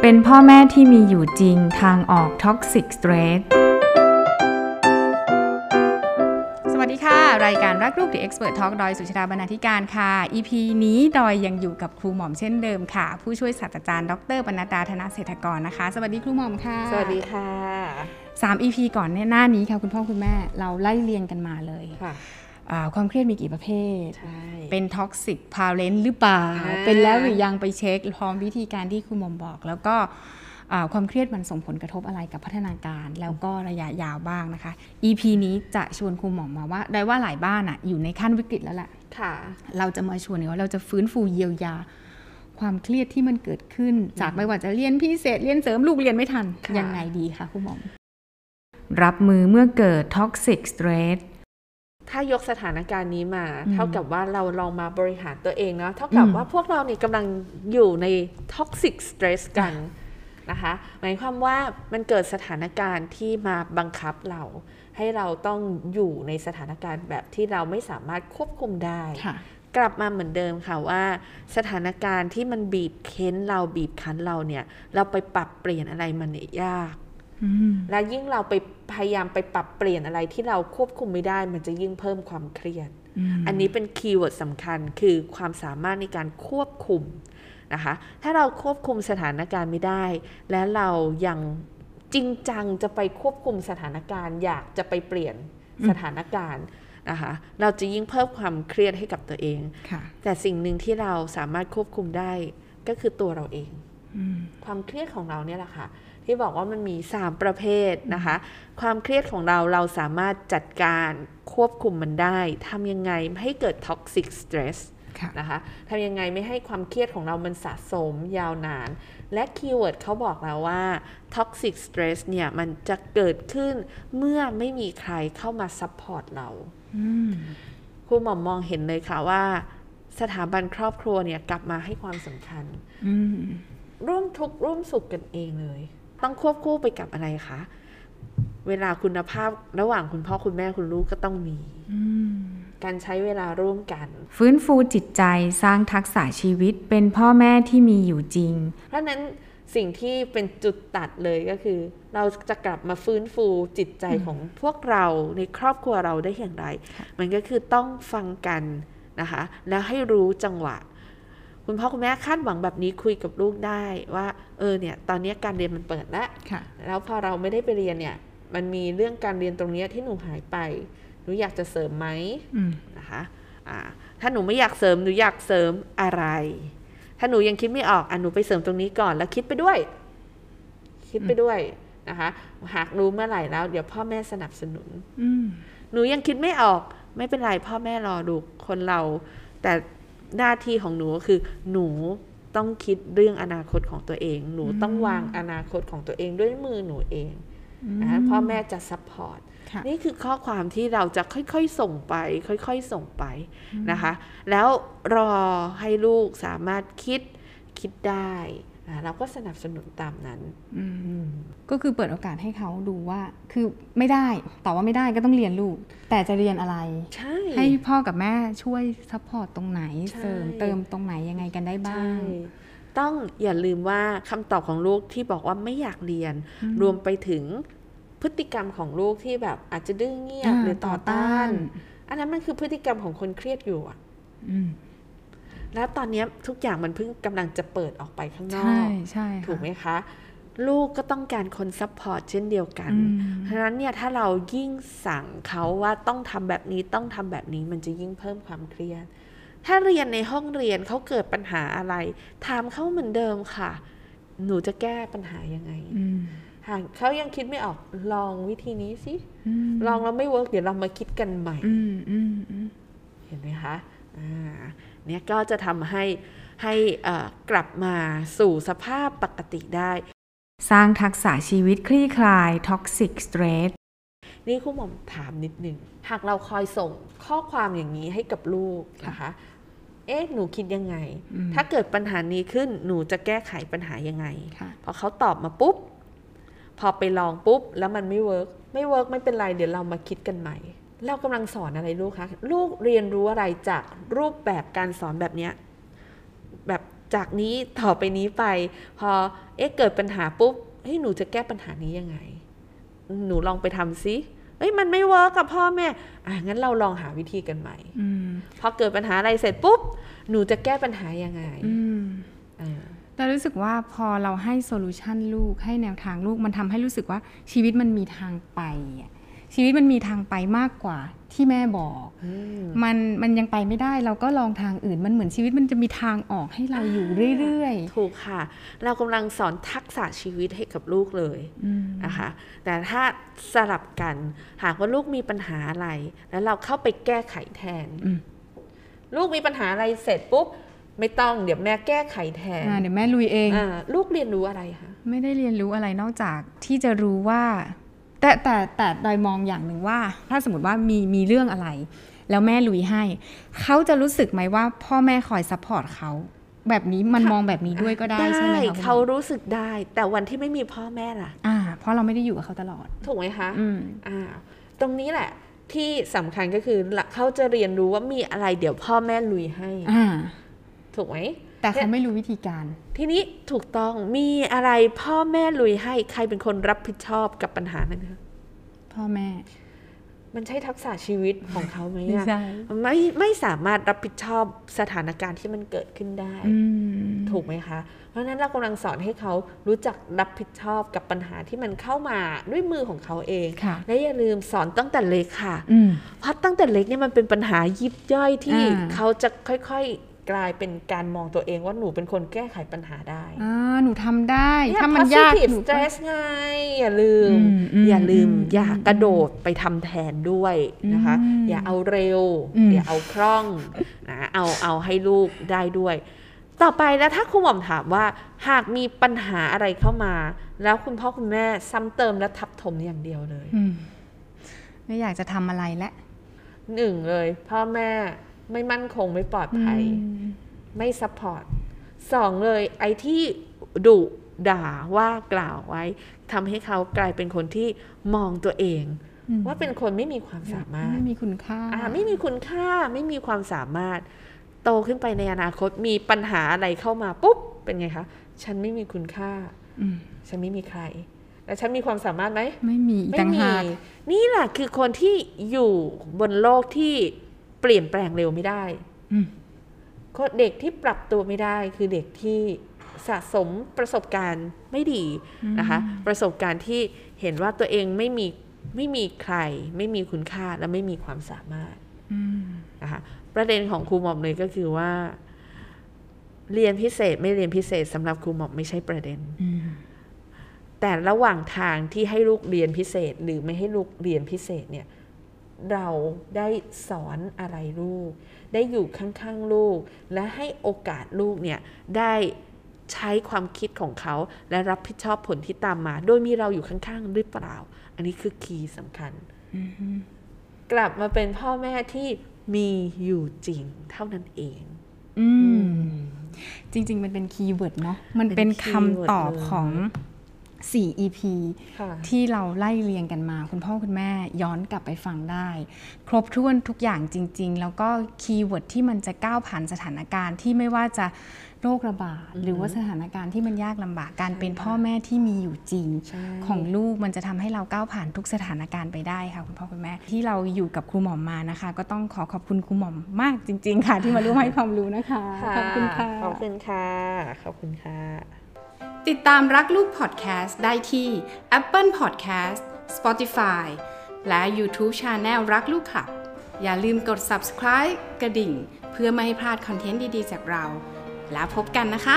เป็นพ่อแม่ที่มีอยู่จริงทางออกท็อกซิกสเตรทสวัสดีค่ะ รายการรักลูก The Expert Talk ดอยสุชดาบรรณาธิการค่ะ EP นี้ดอยยังอยู่กับครูหม่อมเช่นเดิมค่ะ ผู้ช่วยศาสตราจารย์ดรปนัดดาธนเศรษฐกรนะคะ สวัสดีครูหม่อมค่ะ สวัสดีค่ะ สาม EP ก่อนเนี่ยหน้านี้ค่ะคุณพ่อคุณแม่เราไล่เรียงกันมาเลย ค่ะ อ่าความเครียดมีกี่ประเภท ใช่ เป็นท็อกซิกพาเลนหรือเปล่า อ่า เป็นแล้วหรือยังไปเช็คพร้อมวิธีการที่คุณหมอมบอก แล้วก็อ่าความเครียดมันส่งผลกระทบอะไรกับพัฒนาการแล้วก็ระยะยาวบ้างนะคะ EP นี้จะชวนคุณหมอมมาว่า ได้ว่าหลายบ้านอะอยู่ในขั้นวิกฤตแล้วแหละ ค่ะ เราจะมาชวนกันว่าเราจะฟื้นฟูเยียวยา ความเครียดที่มันเกิดขึ้น จากไม่ว่าจะเรียนพิเศษเรียนเสริมลูกเรียนไม่ทัน ค่ะ ยังไงดีคะคุณหมอมรับมือเมื่อเกิดท็อกซิกสเตรส ถ้ายกสถานการณ์นี้มา อืม เท่ากับว่าเราลองมาบริหารตัวเองเนาะ เท่ากับ อืม ว่าพวกเราเนี่ยกำลังอยู่ในท็อกซิกสเตรสกันนะคะ หมายความว่ามันเกิดสถานการณ์ที่มาบังคับเรา ให้เราต้องอยู่ในสถานการณ์แบบที่เราไม่สามารถควบคุมได้ กลับมาเหมือนเดิมค่ะว่า สถานการณ์ที่มันบีบเค้นเราบีบคั้นเราเนี่ย เราไปปรับเปลี่ยนอะไรมันเนี่ยยาก และยิ่งเราไปพยายามไปปรับเปลี่ยนอะไรที่เราควบคุมไม่ได้ มันจะยิ่งเพิ่มความเครียด อันนี้เป็นคีย์เวิร์ดสำคัญคือความสามารถในการควบคุมนะคะ ถ้าเราควบคุมสถานการณ์ไม่ได้ และเรายังจริงจังจะไปควบคุมสถานการณ์ อยากจะไปเปลี่ยนสถานการณ์นะคะ เราจะยิ่งเพิ่มความเครียดให้กับตัวเอง ค่ะ แต่สิ่งหนึ่งที่เราสามารถควบคุมได้ก็คือตัวเราเอง อืม ความเครียดของเราเนี่ยแหละค่ะ ที่บอกว่ามันมี 3 ประเภทนะคะ ความเครียดของเราเราสามารถจัดการควบคุมมันได้ทำยังไงไม่ให้เกิดท็อกซิกสเตรส ค่ะ นะคะทำยังไงไม่ให้ความเครียดของเรามันสะสมยาวนาน และคีย์เวิร์ดเขาบอกเราว่าท็อกซิกสเตรสเนี่ยมันจะเกิดขึ้นเมื่อไม่มีใครเข้ามาซัพพอร์ตเรา อืม ครูหม่อมมองเห็นเลยค่ะว่า สถาบันครอบครัวเนี่ยกลับมาให้ความสำคัญ อืม ร่วมทุกข์ร่วมสุขกันเองเลย ต้องควบคู่ไปกับอะไรคะเวลาคุณภาพระหว่างคุณพ่อคุณแม่คุณลูกก็ต้องมี อืม การใช้เวลาร่วมกัน ฟื้นฟูจิตใจสร้างทักษะชีวิตเป็นพ่อแม่ที่มีอยู่จริง เพราะฉะนั้นสิ่งที่เป็นจุดตัดเลยก็คือ เราจะกลับมาฟื้นฟูจิตใจของพวกเราในครอบครัวเราได้อย่างไร มันก็คือต้องฟังกันนะคะ แล้วให้รู้จังหวะ คุณพ่อคุณแม่คาดหวังแบบนี้คุยกับลูกได้ว่า เออเนี่ย ตอนนี้การเรียนมันเปิดแล้ว ค่ะ แล้วพอเราไม่ได้ไปเรียนเนี่ย มันมีเรื่องการเรียนตรงเนี้ยที่หนูหายไป หนูอยากจะเสริมไหม อืม นะคะอ่าถ้าหนูไม่อยากเสริม หนูอยากเสริมอะไร ถ้าหนูยังคิดไม่ออก อ่ะหนูไปเสริมตรงนี้ก่อน แล้วคิดไปด้วย คิดไปด้วยนะคะ หากรู้เมื่อไหร่แล้ว เดี๋ยวพ่อแม่สนับสนุน อืม หนูยังคิดไม่ออก ไม่เป็นไรพ่อแม่รอดูคนเรา แต่หน้าที่ของหนูก็คือ หนูต้องคิดเรื่องอนาคตของตัวเอง หนูต้องวางอนาคตของตัวเองด้วยมือหนูเองนะพ่อแม่จะซัพพอร์ต ค่ะ นี่คือข้อความที่เราจะค่อยๆส่งไป ค่อยๆส่งไปนะคะ แล้วรอให้ลูกสามารถคิดคิดได้อ่ะเราก็สนับสนุนตามนั้น อืม ก็คือเปิดโอกาสให้เขาดูว่า คือไม่ได้ต่อว่าไม่ได้ก็ต้องเรียนลูก แต่จะเรียนอะไร ใช่ ให้พ่อกับแม่ช่วยซัพพอร์ตตรงไหน ใช่ เสริมเติมตรงไหนยังไงกันได้บ้าง ใช่ต้องอย่าลืมว่าคำตอบของลูกที่บอกว่าไม่อยากเรียน รวมไปถึงพฤติกรรมของลูกที่แบบอาจจะดื้อเงียบ อ่า หรือต่อ ต่อต้า ต้าน น อันนั้นมันคือพฤติกรรมของคนเครียดอยู่อะ อืม แล้วตอนเนี้ยทุกอย่างมันเพิ่งกำลังจะเปิดออกไปข้างนอ ใช่ ก ใช่ ถูกไหม ค่ะ คะ ลูกก็ต้องการคนซัพพอร์ตเช่นเดียวกัน อืม เพราะฉะนั้นเนี่ยถ้าเรายิ่งสั่งเขาว่าต้องทำแบบนี้ต้องทำแบบนี้มันจะยิ่งเพิ่มความเครียด ถ้าเรียนในห้องเรียนเขาเกิดปัญหาอะไร ถามเขาเหมือนเดิมค่ะ หนูจะแก้ปัญหายังไง อืม หากเขายังคิดไม่ออกลองวิธีนี้สิ อืม ลองแล้วไม่เวิร์กเดี๋ยวเรามาคิดกันใหม่ อืมอืมอืม เห็นไหมคะ อ่า เนี่ยก็จะทำให้ให้เอ่อกลับมาสู่สภาพปกติได้ สร้างทักษะชีวิตคลี่คลายท็อกซิกสเตรส นี่คุณหมอมถามนิดนึง หากเราคอยส่งข้อความอย่างนี้ให้กับลูก ค่ะ นะคะ เอ๊ะ หนูคิดยังไง อืม ถ้าเกิดปัญหานี้ขึ้น หนูจะแก้ไขปัญหายังไง ค่ะ พอเขาตอบมาปุ๊บ พอไปลองปุ๊บ แล้วมันไม่เวิร์กไม่เวิร์กไม่เป็นไร เดี๋ยวเรามาคิดกันใหม่ เรากำลังสอนอะไรลูกคะ ลูกเรียนรู้อะไรจากรูปแบบการสอนแบบเนี้ย แบบ จากนี้ต่อไปนี้ไป พอเอ๊ะเกิดปัญหาปุ๊บเฮ้ยหนูจะแก้ปัญหานี้ยังไง หนูลองไปทำซิเอ้ยมันไม่เวิร์กกับพ่อแม่อ่ะงั้นเราลองหาวิธีกันใหม่ อืม พอเกิดปัญหาอะไรเสร็จปุ๊บ หนูจะแก้ปัญหายังไง อืม อ่า เรารู้สึกว่าพอเราให้โซลูชันลูกให้แนวทางลูกมันทำให้รู้สึกว่าชีวิตมันมีทางไปอะชีวิตมันมีทางไปมากกว่าที่แม่บอก มันมันยังไปไม่ได้เราก็ลองทางอื่นมันเหมือนชีวิตมันจะมีทางออกให้เราอยู่เรื่อย ถูกค่ะ เรากำลังสอนทักษะชีวิตให้กับลูกเลย ๆอืม นะคะ แต่ถ้าสลับกัน หากว่าลูกมีปัญหาอะไร แล้วเราเข้าไปแก้ไขแทน อืม ลูกมีปัญหาอะไรเสร็จปุ๊บ ไม่ต้องเดี๋ยวแม่แก้ไขแทน อ่าเดี๋ยวแม่ลุยเอง อ่าลูกเรียนรู้อะไรคะ ไม่ได้เรียนรู้อะไรนอกจากที่จะรู้ว่า แต่แต่แต่ดอยมองอย่างหนึ่งว่า ถ้าสมมติว่ามีมีเรื่องอะไร แล้วแม่ลุยให้ เขาจะรู้สึกไหมว่าพ่อแม่คอยซัพพอร์ตเขาแบบนี้มันมองแบบนี้ด้วยก็ได้ใช่ไหมคะคุณหมอ เขารู้สึกได้ แต่วันที่ไม่มีพ่อแม่ล่ะ อ่า เพราะเราไม่ได้อยู่กับเขาตลอด ถูกไหมคะ อืม อ่าตรงนี้แหละ ที่สำคัญก็คือเขาจะเรียนรู้ว่ามีอะไรเดี๋ยวพ่อแม่ลุยให้ อ่า ถูกไหม แต่เขาไม่รู้วิธีการ ทีนี้ถูกต้องมีอะไรพ่อแม่ลุยให้ใครเป็นคนรับผิดชอบกับปัญหานั้นคะ พ่อแม่ มันใช่ทักษะชีวิตของเขาไหม ไม่ อะ ใช่ ไม่ไม่สามารถรับผิดชอบสถานการณ์ที่มันเกิดขึ้นได้ อืม ถูกไหมคะ เพราะฉะนั้นเรากำลังสอนให้เขารู้จักรับผิดชอบกับปัญหาที่มันเข้ามาด้วยมือของเขาเอง ค่ะ และอย่าลืมสอนตั้งแต่เล็กค่ะ อืม เพราะตั้งแต่เล็กเนี่ยมันเป็นปัญหายิบย่อยที่ อ่า เขาจะค่อยๆกลายเป็นการมองตัวเองว่าหนูเป็นคนแก้ไขปัญหาได้ อ่าหนูทำได้ ถ้ามัน เ ยาก positive หนูก็ stress ไงอย่าลืม อืมอืม อย่าลืม อืม อย่ากระโดดไปทำแทนด้วยนะคะ อืม อย่าเอาเร็ว อืม อย่าเอาคล่องนะเอาเอาให้ลูกได้ด้วย ต่อไปแล้วถ้าคุณหม่อมถามว่า หากมีปัญหาอะไรเข้ามา แล้วคุณพ่อคุณแม่ซ้ำเติมและทับถมอย่างเดียวเลย อืมไม่อยากจะทำอะไรและ หนึ่งเลย พ่อแม่ไม่มั่นคงไม่ปลอดภัย อืม ไม่ซัพพอร์ตสองเลยไอ้ที่ดุด่าว่ากล่าวไว้ทำให้เขากลายเป็นคนที่มองตัวเอง อืม ว่าเป็นคนไม่มีความสามารถ ไม่มีคุณค่า อ่าไม่มีคุณค่าไม่มีความสามารถ โตขึ้นไปในอนาคตมีปัญหาอะไรเข้ามาปุ๊บ เป็นไงคะ ฉันไม่มีคุณค่า อืม ฉันไม่มีใคร แล้วฉันมีความสามารถไหม ไม่มีอีก ไม่ ต่าง มี หาก นี่แหละคือคนที่อยู่บนโลกที่เปลี่ยนแปลงเร็วไม่ได้ อืม คนเด็กที่ปรับตัวไม่ได้คือเด็กที่สะสมประสบการณ์ไม่ดีนะคะ ประสบการณ์ที่เห็นว่าตัวเองไม่มีไม่มีใคร ไม่มีคุณค่าและไม่มีความสามารถ อืม นะคะประเด็นของครูหม่อมเลยก็คือว่า เรียนพิเศษไม่เรียนพิเศษสำหรับครูหม่อมไม่ใช่ประเด็น อืม แต่ระหว่างทางที่ให้ลูกเรียนพิเศษ หรือไม่ให้ลูกเรียนพิเศษเนี่ย เราได้สอนอะไรลูก ได้อยู่ข้างๆลูก และให้โอกาสลูกเนี่ยได้ใช้ความคิดของเขา และรับผิดชอบผลที่ตามมา โดยมีเราอยู่ข้างๆหรือเปล่า อันนี้คือคีย์สำคัญ อืม กลับมาเป็นพ่อแม่ที่มีอยู่จริงเท่านั้นเอง อืมจริง ๆ มันเป็นคีย์เวิร์ดเนาะมัน เป็ เป็น น คีย์เวิร์ด คำตอบ เลย ของ 4 EP ค่ะ ที่เราไล่เรียงกันมา คุณพ่อคุณแม่ย้อนกลับไปฟังได้ ครบถ้วนทุกอย่างจริง ๆ แล้วก็คีย์เวิร์ดที่มันจะก้าวผ่านสถานการณ์ที่ไม่ว่าจะโรคระบาด หรือว่าสถานการณ์ที่มันยากลำบากการเป็นพ่อแม่ที่มีอยู่จริง ใช่ ของลูกมันจะทำให้เราก้าวผ่านทุกสถานการณ์ไปได้ค่ะคุณพ่อคุณแม่ ที่เราอยู่กับครูหมอมมานะคะ ก็ต้องขอขอบคุณครูหมอมมากจริง ๆ ค่ะ ที่มาร่วมให้ความรู้นะคะ ขอบคุณค่ะ ขอบคุณค่ะขอบคุณค่ะ ติดตามรักลูกพอดแคสต์ได้ที่ Apple Podcast Spotify และ YouTube Channel รักลูกคลับ อย่าลืมกด subscribe กระดิ่ง เพื่อไม่ให้พลาดคอนเทนต์ดี ๆ จากเรา แล้วพบกันนะคะ